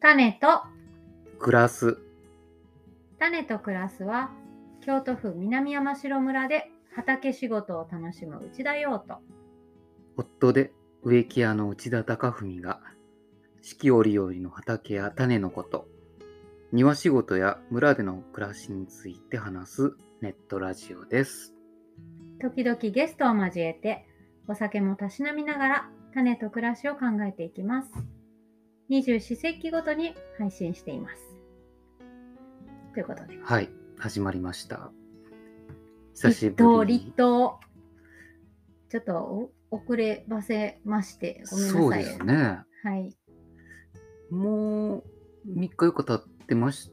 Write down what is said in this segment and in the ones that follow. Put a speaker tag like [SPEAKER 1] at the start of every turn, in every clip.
[SPEAKER 1] 種と
[SPEAKER 2] 暮らす
[SPEAKER 1] 種と暮らすは京都府南山城村で畑仕事を楽しむ内田洋と
[SPEAKER 2] 夫で植木屋の内田貴文が四季折々の畑や種のこと庭仕事や村での暮らしについて話すネットラジオです
[SPEAKER 1] 時々ゲストを交えてお酒もたしなみながら種と暮らしを考えていきます24節気ごとに配信していますということで
[SPEAKER 2] はい始まりました久し
[SPEAKER 1] 立冬
[SPEAKER 2] ぶ
[SPEAKER 1] 立
[SPEAKER 2] り
[SPEAKER 1] 冬ちょっとお遅ればせましてごめんなさい
[SPEAKER 2] そうですね
[SPEAKER 1] はい
[SPEAKER 2] もう3日4日経ってます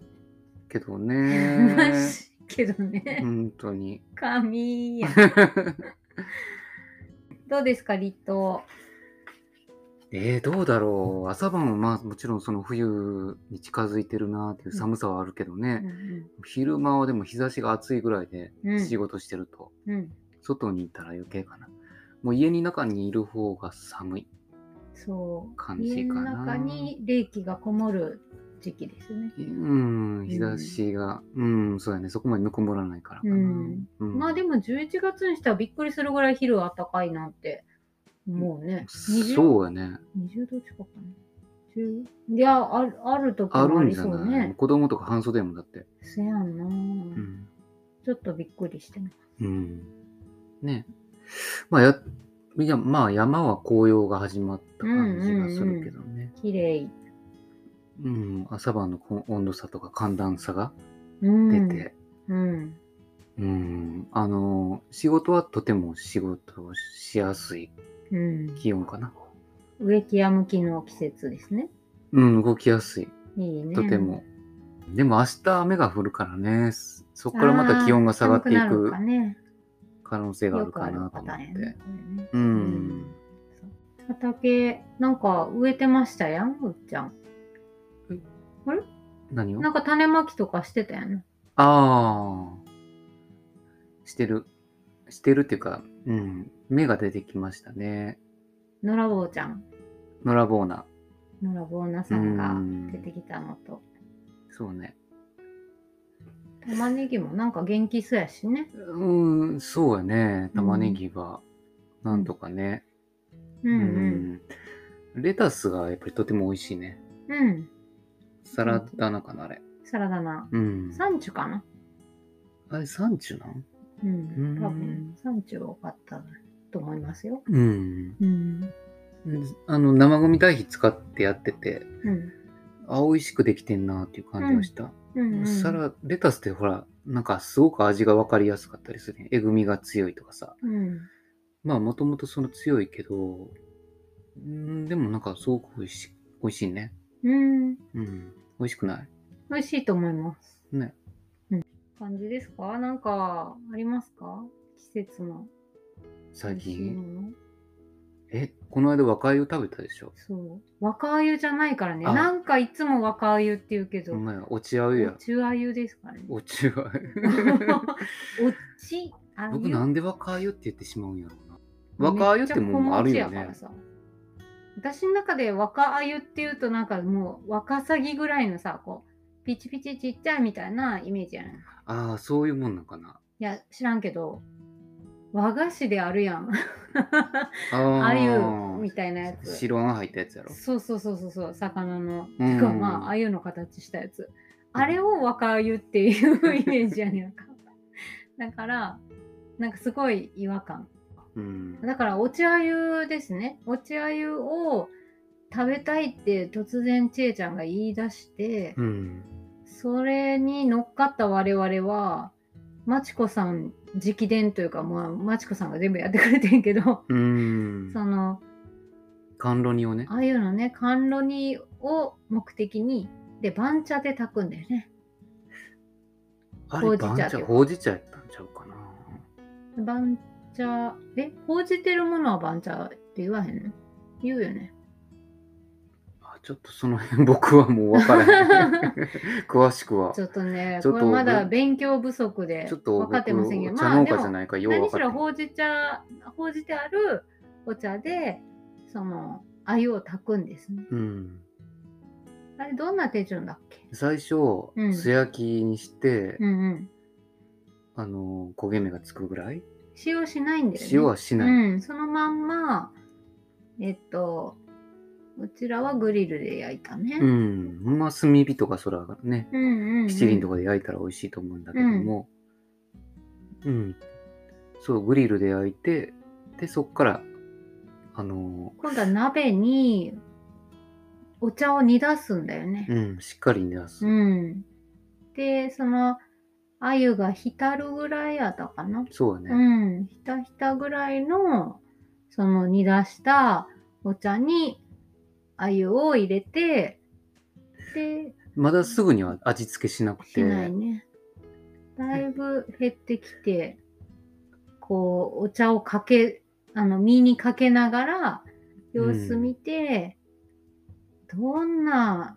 [SPEAKER 2] けど
[SPEAKER 1] ま
[SPEAKER 2] ね
[SPEAKER 1] しけどね
[SPEAKER 2] 本当に
[SPEAKER 1] 神 やどうですか立冬
[SPEAKER 2] えー、どうだろう朝晩はまあもちろんその冬に近づいてるなっていう寒さはあるけどね、昼間はでも日差しが暑いぐらいで
[SPEAKER 1] うん
[SPEAKER 2] 仕事してると、
[SPEAKER 1] うん、うん、
[SPEAKER 2] 外にいたら余計かなもう家に中にいる方が寒い
[SPEAKER 1] そう
[SPEAKER 2] 感じかな
[SPEAKER 1] 家の中に冷気がこもる時期ですね
[SPEAKER 2] うん日差しがうん、そうやねそこまでぬくもらないからかな、
[SPEAKER 1] うんまあで
[SPEAKER 2] も
[SPEAKER 1] も11月にしてはびっくりするぐらい昼暖かいなって思うね。20
[SPEAKER 2] そうやね
[SPEAKER 1] 20度近かったね。10いや、あるある時も
[SPEAKER 2] ある
[SPEAKER 1] あ
[SPEAKER 2] ん
[SPEAKER 1] り
[SPEAKER 2] じゃ
[SPEAKER 1] そう
[SPEAKER 2] ない、
[SPEAKER 1] ね。
[SPEAKER 2] 子供とか半袖やもんだって
[SPEAKER 1] せやんな、
[SPEAKER 2] うん、
[SPEAKER 1] ちょっとびっくりしてます。
[SPEAKER 2] うん、ねまあやいやまあ山は紅葉が始まった感じがするけどね、
[SPEAKER 1] 綺麗。
[SPEAKER 2] うん朝晩のこ温度差とか寒暖差が
[SPEAKER 1] うん
[SPEAKER 2] 出て、
[SPEAKER 1] うん。
[SPEAKER 2] うん、あの、仕事はとても仕事をしやすい
[SPEAKER 1] うん。
[SPEAKER 2] 気温かな。
[SPEAKER 1] 植木屋向きの季節ですね。
[SPEAKER 2] うん、動きやすい、
[SPEAKER 1] いいね。
[SPEAKER 2] とても。でも明日雨が降るからね、そそこからまた気温が下がってい
[SPEAKER 1] あー寒くなるの
[SPEAKER 2] く
[SPEAKER 1] かね。
[SPEAKER 2] 可能性があ
[SPEAKER 1] よ
[SPEAKER 2] る
[SPEAKER 1] く
[SPEAKER 2] か
[SPEAKER 1] ある
[SPEAKER 2] なと
[SPEAKER 1] パ
[SPEAKER 2] 思
[SPEAKER 1] ターン
[SPEAKER 2] っ
[SPEAKER 1] やね
[SPEAKER 2] て。。
[SPEAKER 1] これね
[SPEAKER 2] うん。
[SPEAKER 1] 畑、なんか植えてましたやん、うっちゃん。
[SPEAKER 2] 何を
[SPEAKER 1] なんか種まきとかしてたやん。
[SPEAKER 2] ああ。してる。してるっていうか、うん、芽が出てきましたね。
[SPEAKER 1] 野良坊ちゃん。
[SPEAKER 2] ノラボーナ。
[SPEAKER 1] 野良坊なさんが出てきたのと、
[SPEAKER 2] そうね。
[SPEAKER 1] 玉ねぎもなんか元気そうやしね。
[SPEAKER 2] うん、そうやね。玉ねぎは、なんとかね。
[SPEAKER 1] うん
[SPEAKER 2] うんレタスがやっぱりとても美味しいね。
[SPEAKER 1] うん。うん。
[SPEAKER 2] サラダ菜かな、あれ。
[SPEAKER 1] サラダな。
[SPEAKER 2] うん。
[SPEAKER 1] サンチュかな
[SPEAKER 2] あれ、サンチュなん
[SPEAKER 1] う
[SPEAKER 2] うん
[SPEAKER 1] ん。多分、サンチュ多かったと思いますよ。
[SPEAKER 2] うん。
[SPEAKER 1] うん。
[SPEAKER 2] あの、生ゴミ堆肥使ってやってて、
[SPEAKER 1] うん。
[SPEAKER 2] あ、美味しくできてんなっていう感じはした。
[SPEAKER 1] うん、うん。
[SPEAKER 2] サラ、レタスってほら、なんかすごく味が分かりやすかったりするね。えぐみが強いとかさ。
[SPEAKER 1] うん。
[SPEAKER 2] まあ、もともとその強いけど、うんでもなんかすごく美味しい、美味しいね。
[SPEAKER 1] うん。
[SPEAKER 2] うん。美味しくない
[SPEAKER 1] 美味しいと思います。
[SPEAKER 2] ね。
[SPEAKER 1] うん。感じですかなんか、ありますか季節の
[SPEAKER 2] 最
[SPEAKER 1] 美味しい
[SPEAKER 2] 近。
[SPEAKER 1] もの
[SPEAKER 2] え、この間若鮎食べたでしょ
[SPEAKER 1] そう。若あゆじゃないからね。
[SPEAKER 2] あ
[SPEAKER 1] なんかいつも若あゆって言うけど、
[SPEAKER 2] お
[SPEAKER 1] お
[SPEAKER 2] 前、落ち鮎や。
[SPEAKER 1] 中あゆですからね。
[SPEAKER 2] お中は
[SPEAKER 1] おちあゆ
[SPEAKER 2] 僕なんで若あゆって言ってしまうんやろうな。若あゆってもうある
[SPEAKER 1] めっ
[SPEAKER 2] よ
[SPEAKER 1] ちゃ小餅やか
[SPEAKER 2] ね
[SPEAKER 1] ら。さ私の中で若あゆっていうとなんかもう若さぎぐらいのさこうピチピチちっちゃいみたいなイメージやんい
[SPEAKER 2] ああ、そういうもんなんかな。
[SPEAKER 1] や知らんけど和菓子であるやん
[SPEAKER 2] あ
[SPEAKER 1] あゆ
[SPEAKER 2] あ
[SPEAKER 1] みたいなやつ
[SPEAKER 2] 白あん入ったやつやろ。
[SPEAKER 1] そうそうそうそうそう魚の
[SPEAKER 2] うん
[SPEAKER 1] てかまああゆの形したやつあれを若あゆっていうイメージやね んかだからなんかすごい違和感
[SPEAKER 2] うん。
[SPEAKER 1] だからお茶湯ですね。お茶湯を食べたいって突然ちえちゃんが言い出して、
[SPEAKER 2] うん。
[SPEAKER 1] それに乗っかった我々は、まちこさん直伝というか、まあ、まちこさんが全部やってくれてんけど、
[SPEAKER 2] うん。
[SPEAKER 1] その、
[SPEAKER 2] 甘露煮をね。
[SPEAKER 1] あゆのね、甘露煮を目的に、で、番茶で炊くんだよね。
[SPEAKER 2] あ
[SPEAKER 1] ほ
[SPEAKER 2] れ、
[SPEAKER 1] うじ茶
[SPEAKER 2] 番茶、
[SPEAKER 1] って
[SPEAKER 2] ほうじ茶やったんちゃうかな。
[SPEAKER 1] 番茶、え、報じてるものは番茶って言わへんの言うよね。
[SPEAKER 2] あちょっとその辺 僕はもう分から へん。詳しくは
[SPEAKER 1] ち。ょっとね、
[SPEAKER 2] ちょっ
[SPEAKER 1] ことれまだ勉強不足で
[SPEAKER 2] ちょっと
[SPEAKER 1] 分かってませんけど、
[SPEAKER 2] 僕茶
[SPEAKER 1] まあ
[SPEAKER 2] 農
[SPEAKER 1] で
[SPEAKER 2] 家じゃ
[SPEAKER 1] も
[SPEAKER 2] ないからよう
[SPEAKER 1] 何
[SPEAKER 2] 分
[SPEAKER 1] し
[SPEAKER 2] か
[SPEAKER 1] ろ
[SPEAKER 2] って
[SPEAKER 1] ほうじ茶、ほうじてあるお茶で、その、鮎を炊くんですね。
[SPEAKER 2] うん。
[SPEAKER 1] だあれ、どんな手順だっけ
[SPEAKER 2] 最初
[SPEAKER 1] うん
[SPEAKER 2] 素焼きにして、
[SPEAKER 1] うんうん。
[SPEAKER 2] あの焦げ目がつくぐらい
[SPEAKER 1] 使用しないんだよね。
[SPEAKER 2] 塩はしない、
[SPEAKER 1] うん、そのまんま、えっと、うちらはグリルで焼いたね。
[SPEAKER 2] うん、ほんま炭火とかそらね、
[SPEAKER 1] うん、うんうん
[SPEAKER 2] 七輪とかで焼いたら美味しいと思うんだけども、うん、そう、グリルで焼いて、で、そっから、あの
[SPEAKER 1] 今度は鍋にお茶を煮出すんだよね
[SPEAKER 2] ー、。うん、しっかり煮出す。
[SPEAKER 1] うん。で、その、鮎が浸るぐらいやったかな。
[SPEAKER 2] そうだ
[SPEAKER 1] う
[SPEAKER 2] ね。
[SPEAKER 1] ん。ひたひたぐらいの、その煮出したお茶に鮎を入れて、で、
[SPEAKER 2] まだすぐには味付けしなくて、
[SPEAKER 1] しないね。だいぶ減ってきて、こう、お茶をかけ、あの、身にかけながら、様子見て、どんな、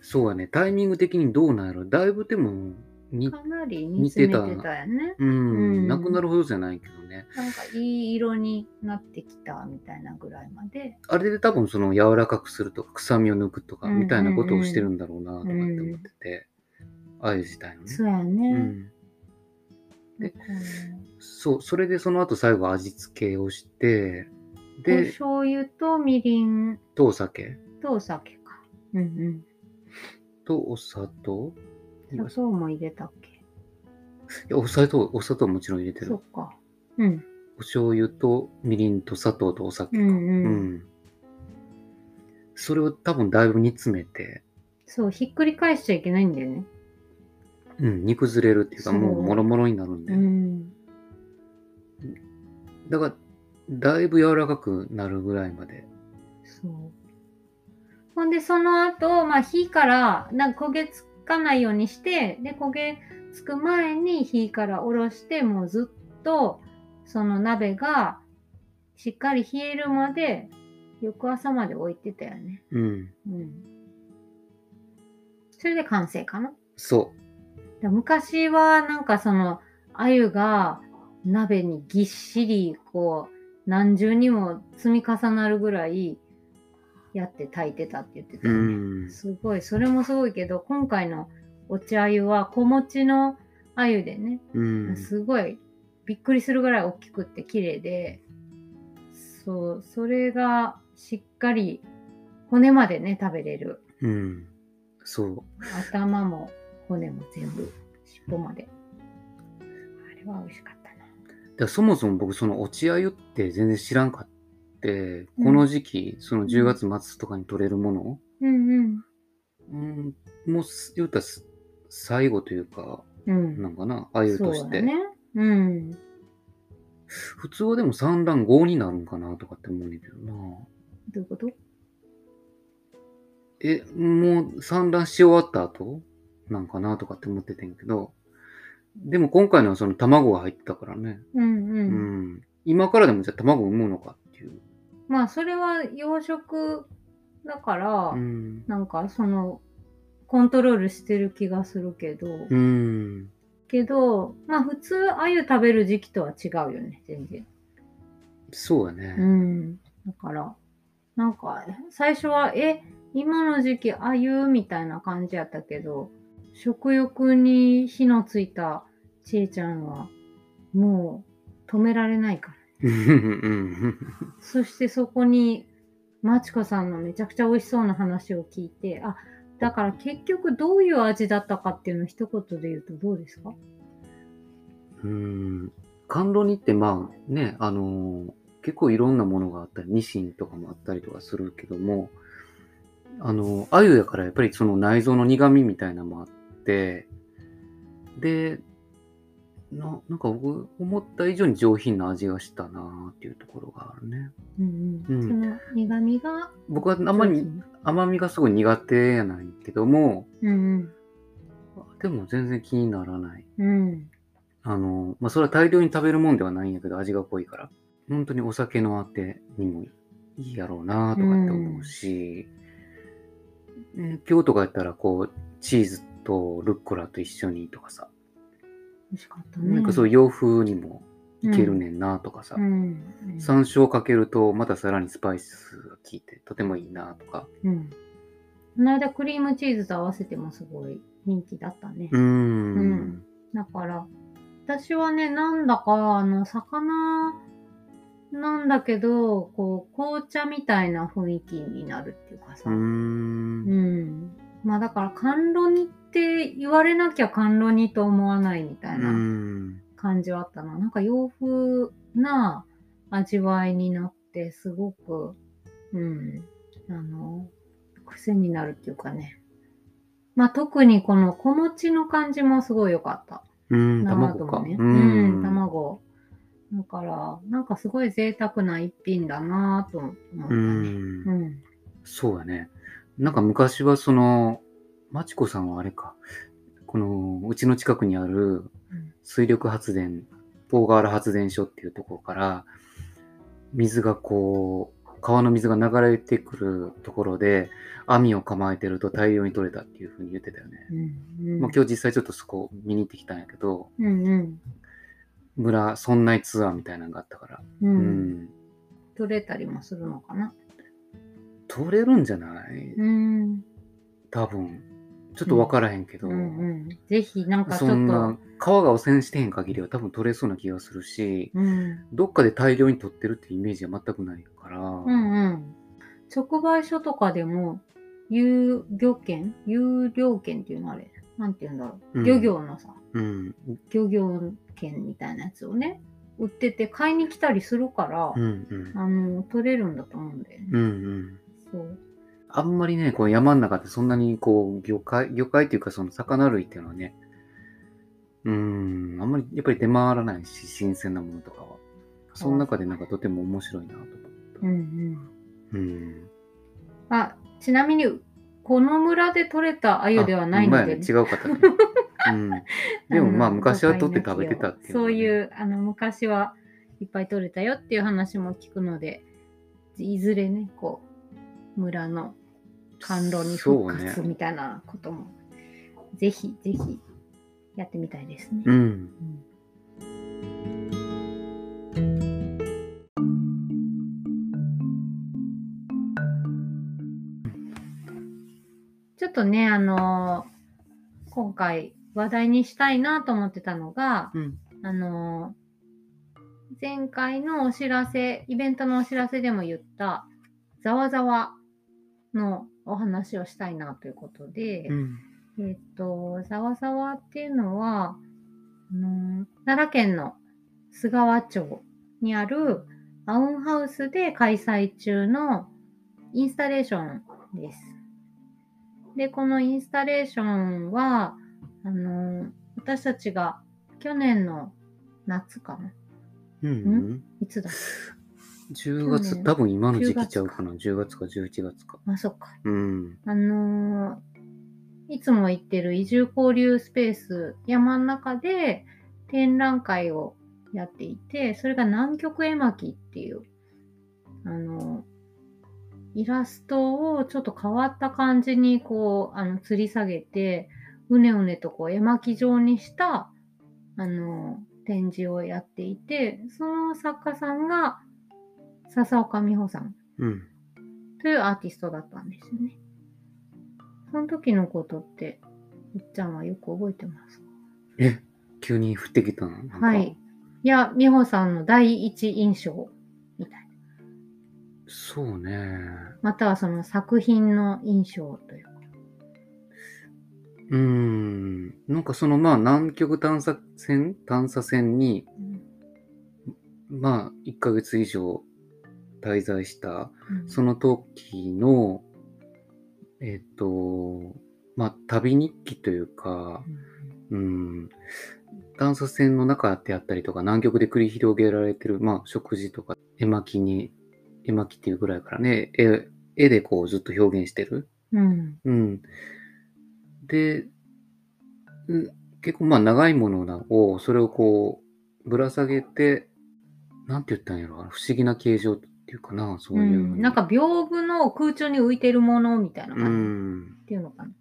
[SPEAKER 2] そうだね、タイミング的にどうなんやろだいぶでも、に、
[SPEAKER 1] かなり煮詰めてたよね。
[SPEAKER 2] うん、
[SPEAKER 1] うん
[SPEAKER 2] なくなるほどじゃないけどね。
[SPEAKER 1] なんかいい色になってきたみたいなぐらいまで。
[SPEAKER 2] あれで多分その柔らかくするとか、臭みを抜くとか、
[SPEAKER 1] うんうんうん
[SPEAKER 2] みたいなことをしてるんだろうな、とかって思ってて、あゆ自体のね。
[SPEAKER 1] そうやね。
[SPEAKER 2] うんで
[SPEAKER 1] だから
[SPEAKER 2] そう、それでその後最後味付けをして、
[SPEAKER 1] お
[SPEAKER 2] で、
[SPEAKER 1] 醤油とみりん
[SPEAKER 2] とお酒
[SPEAKER 1] とお酒か。うん
[SPEAKER 2] とお砂糖
[SPEAKER 1] う
[SPEAKER 2] い
[SPEAKER 1] ん。
[SPEAKER 2] や
[SPEAKER 1] 砂糖も入れたっけ
[SPEAKER 2] お砂糖、お砂糖もちろん入れて
[SPEAKER 1] そ
[SPEAKER 2] る
[SPEAKER 1] っ。か。うん。
[SPEAKER 2] お醤油とみりんと砂糖とお酒
[SPEAKER 1] う
[SPEAKER 2] か。
[SPEAKER 1] ん
[SPEAKER 2] う
[SPEAKER 1] うん。
[SPEAKER 2] ん。それを多分だいぶ煮詰めて、
[SPEAKER 1] そう、ひっくり返しちゃいけないんだよね。
[SPEAKER 2] うん、煮崩れるっていうか、
[SPEAKER 1] そう
[SPEAKER 2] もうもろもろになるんで
[SPEAKER 1] う。ん。
[SPEAKER 2] だから、だいぶ柔らかくなるぐらいまで。
[SPEAKER 1] そう。ほんで、その後、まあ、火から、なんか焦げつかないようにして、で、焦げつく前に火から下ろして、もうずっと、その鍋が、しっかり冷えるまで、翌朝まで置いてたよね。
[SPEAKER 2] うん。
[SPEAKER 1] うん。それで完成かな。
[SPEAKER 2] そ
[SPEAKER 1] で昔はなんかその鮎が鍋にぎっしりこう何重にも積み重なるぐらいやって炊いてたって言ってた
[SPEAKER 2] う。
[SPEAKER 1] よ
[SPEAKER 2] う
[SPEAKER 1] ね、
[SPEAKER 2] ん。
[SPEAKER 1] すごいそれもすごいけど今回のお茶鮎は小餅の鮎でね、
[SPEAKER 2] うん。
[SPEAKER 1] すごいびっくりするぐらい大きくって綺麗でそうそれがしっかり骨までね食べれる
[SPEAKER 2] うん。そう。
[SPEAKER 1] 頭も骨も全部尻尾まであれは美味しかったな
[SPEAKER 2] だからそもそも僕その落ち鮎って全然知らんかって、
[SPEAKER 1] うん
[SPEAKER 2] この時期その10月末とかに取れるもの、
[SPEAKER 1] うん
[SPEAKER 2] うん、もうす言うたらす最後というか
[SPEAKER 1] うんうん
[SPEAKER 2] なんかな鮎と
[SPEAKER 1] そ
[SPEAKER 2] し
[SPEAKER 1] う
[SPEAKER 2] て、
[SPEAKER 1] だねうん
[SPEAKER 2] 普通はでも産卵5になるんかなとかって思うんだけどな
[SPEAKER 1] どういうこと
[SPEAKER 2] えもう産卵し終わった後なんかなとかって思っててんけどでも今回のはその卵が入ってたからね、
[SPEAKER 1] うんう、
[SPEAKER 2] うんん、今からでもじゃあ卵産むのかっていう、
[SPEAKER 1] まあそれは養殖だから、
[SPEAKER 2] うん
[SPEAKER 1] なんかそのコントロールしてる気がするけど、
[SPEAKER 2] うん、
[SPEAKER 1] けどまあ普通あゆ食べる時期とは違うよね全然
[SPEAKER 2] そうだね、
[SPEAKER 1] うんだからなんか最初はえ今の時期あゆみたいな感じやったけど食欲に火のついたちえちゃんはもう止められないから
[SPEAKER 2] うん
[SPEAKER 1] そしてそこに、まちこさんのめちゃくちゃ美味しそうな話を聞いて、あ、だから結局どういう味だったかっていうのを一言で言うとどうですか
[SPEAKER 2] うん、甘露煮ってまあね、あのー結構いろんなものがあったり、ニシンとかもあったりとかするけども、あのー、鮎やからやっぱりその内臓の苦味みたいなのもあって、で、ななんか僕思った以上に上品な味がしたなっていうところがあるね。
[SPEAKER 1] うん
[SPEAKER 2] うん
[SPEAKER 1] その苦味が。
[SPEAKER 2] 僕はあんまり甘みがすごい苦手やないけども、
[SPEAKER 1] うん
[SPEAKER 2] でも全然気にならない。
[SPEAKER 1] うん。うん。
[SPEAKER 2] あの、まあ、それは大量に食べるもんではないんやけど、味が濃いから。本当にお酒のあてにもいいやろうなとかって思うし、えー今日とかやったら、こう、チーズとルッコラと一緒にとかさ、
[SPEAKER 1] 美味しかったね。
[SPEAKER 2] なんかそういう洋風にもいけるねんなとかさ、
[SPEAKER 1] うん。うん。うん。
[SPEAKER 2] 山椒かけるとまたさらにスパイスが効いてとてもいいなとか、
[SPEAKER 1] うん、この間クリームチーズと合わせてもすごい人気だったね。
[SPEAKER 2] うー
[SPEAKER 1] うんん。だから、私はね、なんだか、あの、魚なんだけど、こう、紅茶みたいな雰囲気になるっていうか
[SPEAKER 2] う
[SPEAKER 1] さ。
[SPEAKER 2] ー。。
[SPEAKER 1] うんん。まあだから、甘露煮って言われなきゃ甘露煮と思わないみたいうなん感じはあったな。なんか洋風な味わいになって、すごく、うん、あの、癖になるっていうかね。まあ特にこの小餅の感じもすごい良かった。
[SPEAKER 2] うん。
[SPEAKER 1] 生
[SPEAKER 2] 卵
[SPEAKER 1] と
[SPEAKER 2] か。
[SPEAKER 1] もね。
[SPEAKER 2] う
[SPEAKER 1] うん、
[SPEAKER 2] ん。
[SPEAKER 1] 卵。だから、なんかすごい贅沢な一品だなぁと思った
[SPEAKER 2] う
[SPEAKER 1] ね。
[SPEAKER 2] ん
[SPEAKER 1] う。ん。
[SPEAKER 2] そうだね。なんか昔はその、まちこさんはあれか、この、うちの近くにある
[SPEAKER 1] うん
[SPEAKER 2] 水力発電、ポーガール発電所っていうところから、水がこう、川の水が流れてくるところで、網を構えてると大量に取れたっていうふうに言ってたよね。
[SPEAKER 1] うん。
[SPEAKER 2] まあ、今日実際ちょっとそこ見に行ってきたんやけど、
[SPEAKER 1] うんうん。
[SPEAKER 2] 村村内ツアーみたいなのがあったから、
[SPEAKER 1] う。
[SPEAKER 2] うんん。
[SPEAKER 1] 取れたりもするのかな。
[SPEAKER 2] 取れるんじゃない
[SPEAKER 1] うん。
[SPEAKER 2] 多分。ちょっとわからへんけど。
[SPEAKER 1] うんうん。ぜひ、なんかちょ
[SPEAKER 2] そん
[SPEAKER 1] っ
[SPEAKER 2] な
[SPEAKER 1] と。
[SPEAKER 2] 川が汚染してへん限りは多分取れそうな気がするし
[SPEAKER 1] うん。
[SPEAKER 2] どっかで大量に取ってるってイメージは全くないから、
[SPEAKER 1] うんうん。直売所とかでも、有漁券有料券っていうのあれ。なんて言うんだろ
[SPEAKER 2] うん
[SPEAKER 1] う。漁業のさ、
[SPEAKER 2] うん
[SPEAKER 1] 漁業券みたいなやつをね、売ってて買いに来たりするから
[SPEAKER 2] うんう、ん
[SPEAKER 1] あの、取れるんだと思うんだよね。
[SPEAKER 2] うんうん
[SPEAKER 1] そう。
[SPEAKER 2] あんまりねこう山の中ってそんなにこう魚介魚介っていうかその魚類っていうのはねうんあんまりやっぱり出回らないし新鮮なものとかはその中でなんかとても面白いなと思
[SPEAKER 1] うんうん。
[SPEAKER 2] う、うん、
[SPEAKER 1] あ、ちなみに、この村で取れた鮎ではないの
[SPEAKER 2] あほんま
[SPEAKER 1] で、
[SPEAKER 2] やね違う 方ね、うん、でもまあ
[SPEAKER 1] の
[SPEAKER 2] 昔は取って食べてたっていうの
[SPEAKER 1] そ
[SPEAKER 2] は
[SPEAKER 1] う
[SPEAKER 2] ね、
[SPEAKER 1] いう、あの、昔はいっぱい取れたよっていう話も聞くので、いずれね、こう、村の甘露に復活
[SPEAKER 2] そうね
[SPEAKER 1] みたいなことも、ぜひぜひやってみたいですね。
[SPEAKER 2] うん
[SPEAKER 1] うんちょっとね、あのー今回話題にしたいなと思ってたのが、
[SPEAKER 2] うん
[SPEAKER 1] あのー前回のお知らせ、イベントのお知らせでも言った、ざわざわのお話をしたいなということで、
[SPEAKER 2] うん
[SPEAKER 1] えっと、ざわざわっていうのは、あの奈良県の菅和町にあるアウンハウスで開催中のインスタレーションです。で、このインスタレーションは、あの私たちが去年の夏かな
[SPEAKER 2] うん
[SPEAKER 1] んいつだっ
[SPEAKER 2] 10
[SPEAKER 1] 去
[SPEAKER 2] 月、
[SPEAKER 1] 年
[SPEAKER 2] 多分今の時期ちゃうかな。10月か11月か。
[SPEAKER 1] けあ、そっか。
[SPEAKER 2] うん。
[SPEAKER 1] あのーいつも行ってる移住交流スペース山の中で展覧会をやっていて、それが南極絵巻っていう、あのーイラストをちょっと変わった感じにこう、あの、吊り下げて、うねうねとこう絵巻状にした、あのー展示をやっていて、その作家さんが笹岡美穂さん
[SPEAKER 2] うん。
[SPEAKER 1] というアーティストだったんですよね。その時のことって、うっちゃんはよく覚えてます
[SPEAKER 2] え、急に降ってきたのなんか
[SPEAKER 1] かはい。。いや、美穂さんの第一印象みたいな。
[SPEAKER 2] そうね。
[SPEAKER 1] またはその作品の印象というか。
[SPEAKER 2] うん。なんかその、まあ、南極探査船探査船に、まあ、1ヶ月以上滞在した、
[SPEAKER 1] うん
[SPEAKER 2] その時の、えっ、と、まあ、旅日記というか、うん。炭素線の中であったりとか、南極で繰り広げられてる、まあ、食事とか、絵巻に、絵巻っていうぐらいからね、絵絵でこうずっと表現してる。
[SPEAKER 1] うん。
[SPEAKER 2] うん。で、うん結構まあ長いものを、それをこう、ぶら下げて、なんて言ったんやろ、不思議な形状っていうかな、そうういう。
[SPEAKER 1] ん、なん、か屏風の空中に浮いてるものみたいな
[SPEAKER 2] う
[SPEAKER 1] 感じ、
[SPEAKER 2] ん。
[SPEAKER 1] っていうのかな。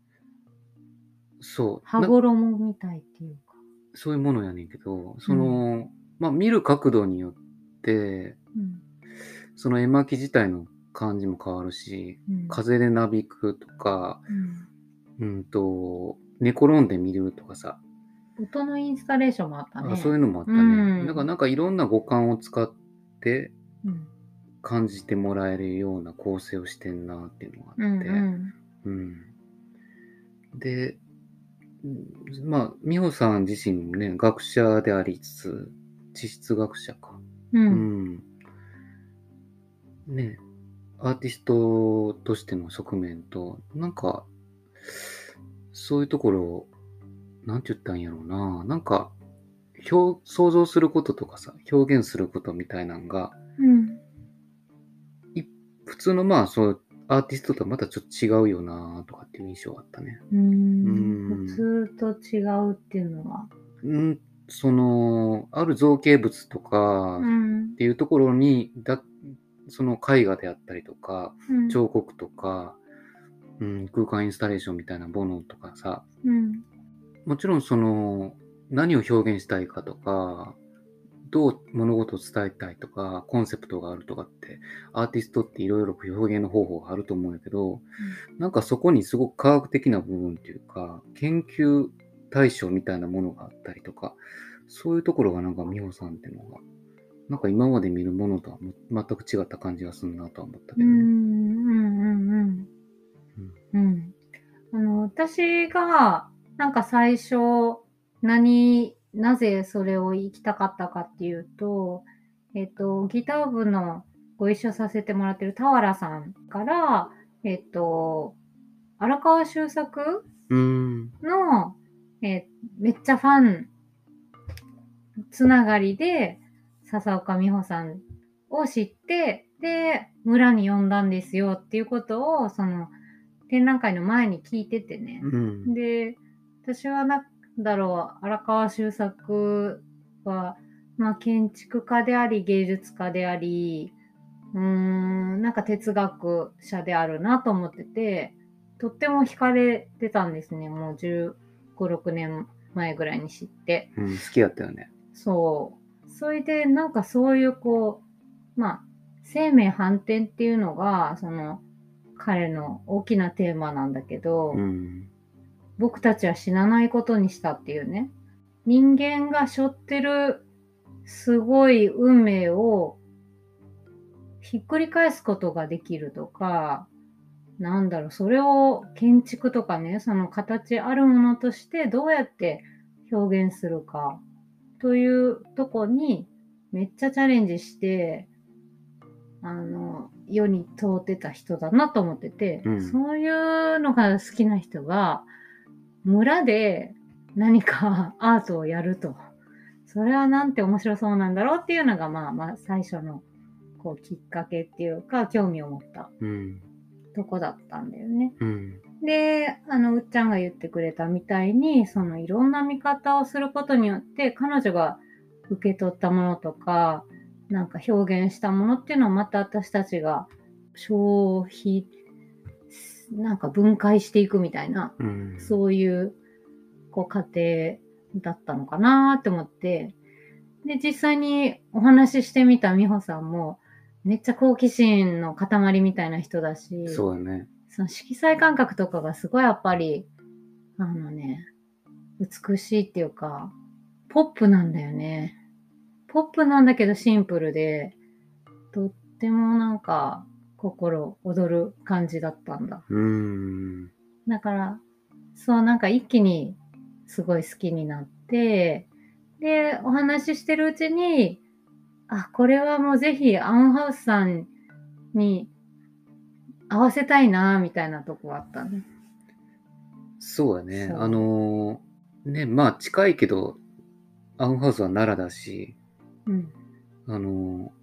[SPEAKER 2] そう。
[SPEAKER 1] 羽衣みたいっていうか。
[SPEAKER 2] そういうものやねんけど、その、まあ見る角度によって、
[SPEAKER 1] うん
[SPEAKER 2] その絵巻自体の感じも変わるし、
[SPEAKER 1] うん
[SPEAKER 2] 風でなびくとか、
[SPEAKER 1] うん
[SPEAKER 2] うんと、寝転んで見るとかさ、
[SPEAKER 1] 音のインスタレーションもあったね。
[SPEAKER 2] あそういうのもあったね。
[SPEAKER 1] うん
[SPEAKER 2] だからなんかいろんな五感を使って
[SPEAKER 1] うん
[SPEAKER 2] 感じてもらえるような構成をしてんなっていうのがあって。
[SPEAKER 1] うんうん
[SPEAKER 2] うんで、うんまあ、美穂さん自身もね、学者でありつつ、地質学者か。
[SPEAKER 1] う
[SPEAKER 2] うんん。ね、アーティストとしての側面と、なんか、そういうところを、なんて言ったんやろうな、なんか、表想像することとかさ、表現することみたいなんが、
[SPEAKER 1] うん
[SPEAKER 2] 普通のまあ、そう、アーティストとはまたちょっと違うよな、とかっていう印象があったね。
[SPEAKER 1] う
[SPEAKER 2] うん
[SPEAKER 1] ん普通と違うっていうのは。
[SPEAKER 2] うん、その、ある造形物とか
[SPEAKER 1] う
[SPEAKER 2] っ
[SPEAKER 1] ん
[SPEAKER 2] ていうところに、だその絵画であったりとか、
[SPEAKER 1] うん
[SPEAKER 2] 彫刻とか、うん、空間インスタレーションみたいなものとかさ、
[SPEAKER 1] うん
[SPEAKER 2] もちろんその、何を表現したいかとか、どう物事を伝えたいとか、コンセプトがあるとかって、アーティストっていろいろ表現の方法があると思うんやけど、なんかそこにすごく科学的な部分っていうか、研究対象みたいなものがあったりとか、そういうところがなんか美穂さんってのが、なんか今まで見るものとはも全く違った感じがするなとは思ったけ
[SPEAKER 1] う
[SPEAKER 2] どね。
[SPEAKER 1] んうんうんうんあの私がなんか最初何なぜそれを行きたかったかっていうと,、えっとギター部のご一緒させてもらってる俵さんから、えっと荒川修作
[SPEAKER 2] うん。
[SPEAKER 1] の、えーめっちゃファンつながりで笹岡美穂さんを知ってで村に呼んだんですよっていうことをその展覧会の前に聞いててね、
[SPEAKER 2] うん。
[SPEAKER 1] で私はなんだろう荒川修作は、まあ、建築家であり芸術家でありうーんなんか哲学者であるなと思っててとっても惹かれてたんですねもう1 5 6年前ぐらいに知って。
[SPEAKER 2] うん、好きやったよね。
[SPEAKER 1] そう。それで、なんかそういうこう、まあ、生命反転っていうのが、その、彼の大きなテーマなんだけど、
[SPEAKER 2] うん。
[SPEAKER 1] 僕たちは死なないことにしたっていうね。人間が背負ってるすごい運命をひっくり返すことができるとか、なんだろう、それを建築とかね、その形あるものとしてどうやって表現するかというとこにめっちゃチャレンジして、あの、世に問うてた人だなと思ってて、
[SPEAKER 2] うん
[SPEAKER 1] そういうのが好きな人が村で何かアートをやると。それはなんて面白そうなんだろうっていうのが、まあまあ最初のこうきっかけっていうか、興味を持った
[SPEAKER 2] うん。
[SPEAKER 1] とこだったんだよね。
[SPEAKER 2] うん。
[SPEAKER 1] で、あの、うっちゃんが言ってくれたみたいに、そのいろんな見方をすることによって、彼女が受け取ったものとか、なんか表現したものっていうのをまた私たちが消費、なんか分解していくみたいな
[SPEAKER 2] うん。
[SPEAKER 1] そういう、こう、過程だったのかなって思って、で、実際にお話ししてみた美穂さんも、めっちゃ好奇心の塊みたいな人だし、
[SPEAKER 2] そうだね。
[SPEAKER 1] その色彩感覚とかがすごいやっぱり、あのね、美しいっていうか、ポップなんだよね。ポップなんだけどシンプルで、とってもなんか心躍る感じだったんだ。
[SPEAKER 2] うん。
[SPEAKER 1] だから、そう、なんか一気にすごい好きになって、で、お話ししてるうちに、あ、これはもうぜひアウンハウスさんに合わせたいな、みたいなとこあったね。
[SPEAKER 2] そうだね
[SPEAKER 1] そ。う
[SPEAKER 2] あのーね、まあ近いけど、アウンハウスは奈良だし、
[SPEAKER 1] うん。
[SPEAKER 2] あのー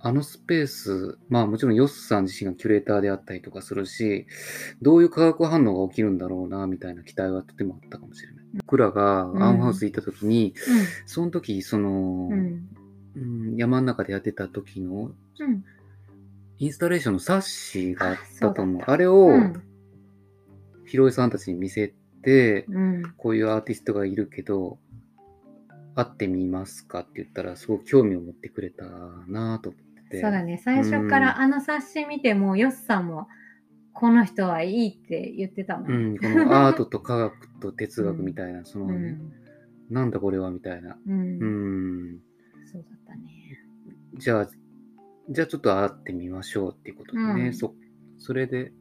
[SPEAKER 2] あのスペース、まあもちろんヨスさん自身がキュレーターであったりとかするし、どういう化学反応が起きるんだろうな、みたいな期待はとてもあったかもしれない。僕らが
[SPEAKER 1] ん
[SPEAKER 2] アウンハウス行った時に、その時、その
[SPEAKER 1] うん。、うん。
[SPEAKER 2] うん山の中でやってた時の
[SPEAKER 1] うん。
[SPEAKER 2] インスタレーションの冊子があったと思う。
[SPEAKER 1] あそうだった
[SPEAKER 2] あれを、
[SPEAKER 1] うん。
[SPEAKER 2] ひろえさんたちに見せて、
[SPEAKER 1] うん。
[SPEAKER 2] こういうアーティストがいるけど、会ってみますかって言ったら、すごく興味を持ってくれたなぁと思って。って。
[SPEAKER 1] そうだね、最初からあの冊子見ても、よっさんも、この人はいいって言ってたもん
[SPEAKER 2] う
[SPEAKER 1] ね。
[SPEAKER 2] ん、このアートと科学と哲学みたいな、その、
[SPEAKER 1] う
[SPEAKER 2] ね
[SPEAKER 1] ん。
[SPEAKER 2] なんだこれはみたいな。
[SPEAKER 1] う。
[SPEAKER 2] うんん。
[SPEAKER 1] そうだったね。
[SPEAKER 2] じゃあ、じゃあちょっと会ってみましょうっていうことでね。
[SPEAKER 1] うん
[SPEAKER 2] そそれで、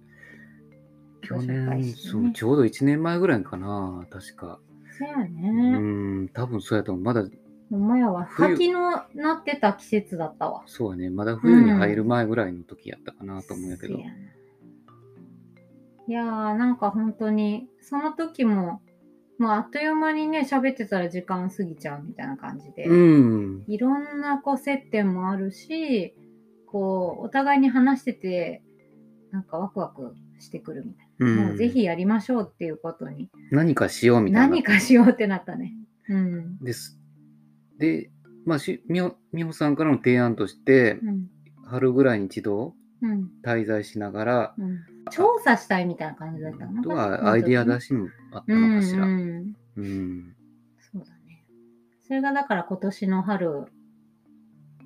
[SPEAKER 2] 去
[SPEAKER 1] ご紹
[SPEAKER 2] 年、
[SPEAKER 1] 介してね
[SPEAKER 2] そう、ちょうど1年前ぐらいかな、確か。
[SPEAKER 1] そうや
[SPEAKER 2] う
[SPEAKER 1] ね。
[SPEAKER 2] ん、多分そうやと思う。まだ、
[SPEAKER 1] お前は、
[SPEAKER 2] 冬
[SPEAKER 1] 柿のなってた季節だったわ。
[SPEAKER 2] そうやね、まだ冬に入る前ぐらいの時やったかなと思うんやけど
[SPEAKER 1] せ。やないやー、なんか本当に、その時も、もうあっという間にね、喋ってたら時間過ぎちゃうみたいな感じで。
[SPEAKER 2] うん。
[SPEAKER 1] いろんなこう接点もあるし、こう、お互いに話してて、なんかワクワクしてくるみたい
[SPEAKER 2] うん
[SPEAKER 1] な。もうぜひやりましょうっていうことに、
[SPEAKER 2] 何かしようみたいな。
[SPEAKER 1] 何かしようってなったね。うん。
[SPEAKER 2] です。で、まあ、しみほみほさんからの提案として、
[SPEAKER 1] うん。
[SPEAKER 2] 春ぐらいに一度
[SPEAKER 1] うん。
[SPEAKER 2] 滞在しながら、
[SPEAKER 1] うん、調査したいみたいな感じだったの
[SPEAKER 2] と
[SPEAKER 1] かな
[SPEAKER 2] はアイディア出
[SPEAKER 1] し
[SPEAKER 2] しもあった
[SPEAKER 1] たの
[SPEAKER 2] の
[SPEAKER 1] か
[SPEAKER 2] か
[SPEAKER 1] し
[SPEAKER 2] し
[SPEAKER 1] ら。
[SPEAKER 2] ら。
[SPEAKER 1] う
[SPEAKER 2] うんん、
[SPEAKER 1] うん。そうだね。それがだから今年の春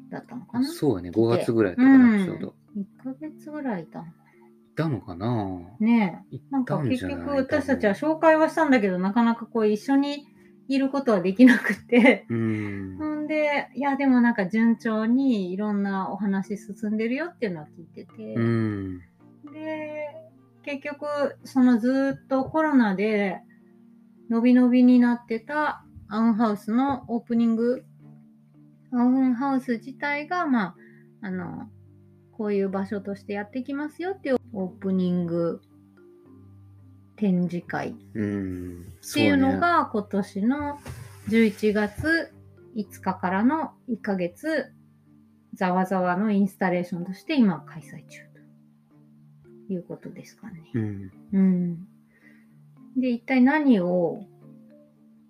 [SPEAKER 1] だったのかな ?1
[SPEAKER 2] そうやね、5月ぐらいだったか
[SPEAKER 1] う
[SPEAKER 2] な、
[SPEAKER 1] ん
[SPEAKER 2] ちょうど。
[SPEAKER 1] ヶ月ぐらいいたのか
[SPEAKER 2] 行ったのかな
[SPEAKER 1] ねえ。
[SPEAKER 2] 行
[SPEAKER 1] なん
[SPEAKER 2] っ
[SPEAKER 1] か
[SPEAKER 2] たんじ
[SPEAKER 1] 結
[SPEAKER 2] ゃない
[SPEAKER 1] 局私たちは紹介はしたんだけど、なかなかこう一緒にいることはできなくて。
[SPEAKER 2] 多分
[SPEAKER 1] ほんで、いやでもなんか順調にいろんなお話進んでるよっていうのは聞いてて。
[SPEAKER 2] うん。うん。
[SPEAKER 1] で、結局そのずーっとコロナで伸び伸びになってたアウンハウスのオープニング。アウンハウス自体が、まあ、あの、こういう場所としてやってきますよっていうオープニング展示会
[SPEAKER 2] うん。
[SPEAKER 1] っ
[SPEAKER 2] そ
[SPEAKER 1] ていうの
[SPEAKER 2] ね、
[SPEAKER 1] が今年の11月5日からの1ヶ月ざわざわのインスタレーションとして今開催中ということですかね。
[SPEAKER 2] うん。
[SPEAKER 1] うん、で一体何を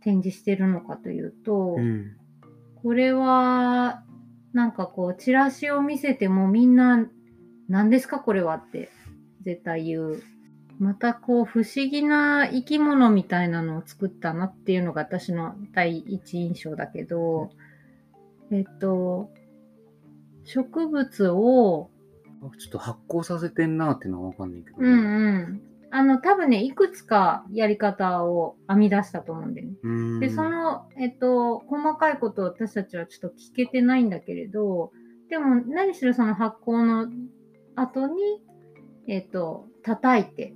[SPEAKER 1] 展示してるのかというと、
[SPEAKER 2] うん。
[SPEAKER 1] これはなんかこうチラシを見せてもみんな何ですかこれはって絶対言うまたこう不思議な生き物みたいなのを作ったなっていうのが私の第一印象だけどえっと植物を
[SPEAKER 2] ちょっと発酵させてんなーっていうのはわかんないけどね。
[SPEAKER 1] うんうんあの多分ねいくつかやり方を編み出したと思うんだよね
[SPEAKER 2] うん。
[SPEAKER 1] で、その、えっと、細かいことを私たちはちょっと聞けてないんだけれど、でも、何しろその発酵の後に、えっと、叩いて、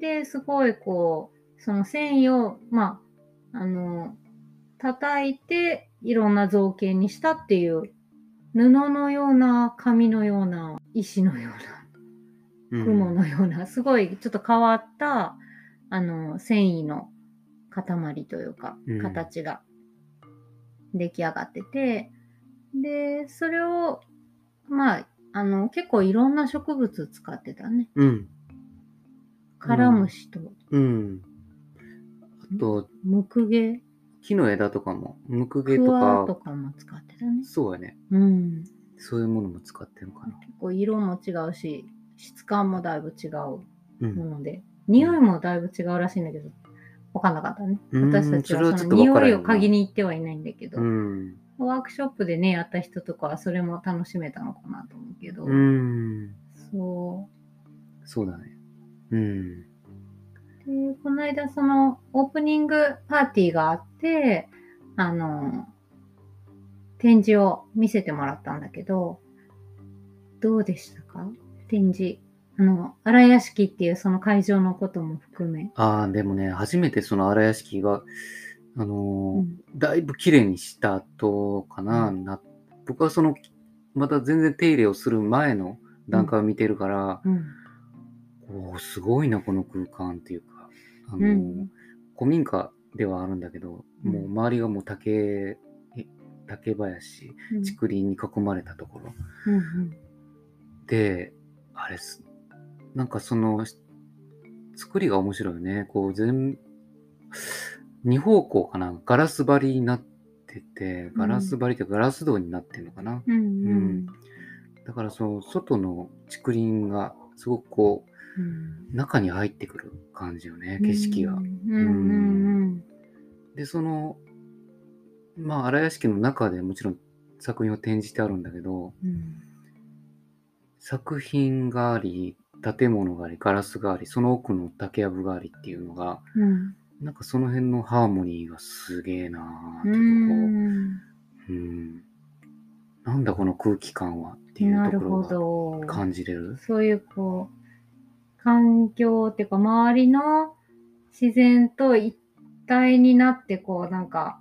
[SPEAKER 1] で、すごいこう、その繊維を、まあ、あの、叩いて、いろんな造形にしたっていう、布のような、紙のような、石のような、
[SPEAKER 2] うん
[SPEAKER 1] 雲のような、すごいちょっと変わった、あの、繊維の塊というか
[SPEAKER 2] う、ん
[SPEAKER 1] 形が出来上がってて、で、それを、まあ、あの、結構いろんな植物使ってたね。
[SPEAKER 2] うん。
[SPEAKER 1] カラムシと
[SPEAKER 2] うん。あと、
[SPEAKER 1] ムクゲ、
[SPEAKER 2] 木の枝とかも、ムクゲ
[SPEAKER 1] ク
[SPEAKER 2] と
[SPEAKER 1] ワ
[SPEAKER 2] か、
[SPEAKER 1] とかも使ってたね。
[SPEAKER 2] そうやね。
[SPEAKER 1] うん。
[SPEAKER 2] そういうものも使ってるのかな。
[SPEAKER 1] 結構色も違うし、質感もだいぶ違う
[SPEAKER 2] う
[SPEAKER 1] も
[SPEAKER 2] ん。
[SPEAKER 1] ので、匂いもだいぶ違うらしいんだけど、わかんなかったね。
[SPEAKER 2] うん
[SPEAKER 1] 私たち
[SPEAKER 2] それ
[SPEAKER 1] は
[SPEAKER 2] はち
[SPEAKER 1] そ
[SPEAKER 2] ょっ
[SPEAKER 1] の
[SPEAKER 2] とわか
[SPEAKER 1] 匂
[SPEAKER 2] らへん
[SPEAKER 1] い
[SPEAKER 2] な
[SPEAKER 1] を嗅ぎに行ってはいないんだけど、
[SPEAKER 2] うん。
[SPEAKER 1] ワークショップでね、やった人とかはそれも楽しめたのかなと思うけど、
[SPEAKER 2] うん。
[SPEAKER 1] そ
[SPEAKER 2] そうだね。うん。
[SPEAKER 1] う。で、この間そのオープニングパーティーがあって、あの、展示を見せてもらったんだけど、どうでしたか展示。あの、荒屋敷っていうその会場のことも含め。
[SPEAKER 2] ああ、でもね、初めてその荒屋敷が、あ
[SPEAKER 1] う
[SPEAKER 2] のー
[SPEAKER 1] ん
[SPEAKER 2] だいぶ綺麗にした後かな、
[SPEAKER 1] う
[SPEAKER 2] な、僕はその、また全然手入れをする前の段階を見てるから、
[SPEAKER 1] うん。
[SPEAKER 2] おお、すごいな、この空間っていうか、あのー
[SPEAKER 1] うん
[SPEAKER 2] 古民家ではあるんだけど、
[SPEAKER 1] うん
[SPEAKER 2] もう周りがもう竹、え竹林、
[SPEAKER 1] うん
[SPEAKER 2] 竹林に囲まれたところ
[SPEAKER 1] うんうん
[SPEAKER 2] で、あれす、なんかその、し作りが面白いよね。こう全、二方向かな、ガラス張りになってて、ガラス張りってガラス戸になってるのかな。
[SPEAKER 1] うん
[SPEAKER 2] うんだからその外の竹林がすごくこ
[SPEAKER 1] うんうん
[SPEAKER 2] う、中に入ってくる感じよね、景色が
[SPEAKER 1] う。んうんうん
[SPEAKER 2] で、その、まあ、荒屋敷の中でもちろん作品を展示してあるんだけど、
[SPEAKER 1] うん
[SPEAKER 2] 作品があり、建物があり、ガラスがあり、その奥の竹やぶがありっていうのが、
[SPEAKER 1] うん
[SPEAKER 2] なんかその辺のハーモニーがすげえなーって
[SPEAKER 1] う
[SPEAKER 2] いうとこ
[SPEAKER 1] ん
[SPEAKER 2] うんなんだこの空気感はっていう
[SPEAKER 1] な
[SPEAKER 2] と
[SPEAKER 1] るほ
[SPEAKER 2] ころ
[SPEAKER 1] ど
[SPEAKER 2] が感じれる。
[SPEAKER 1] そういうこう環境っていうか周りの自然と一体になってこうなんか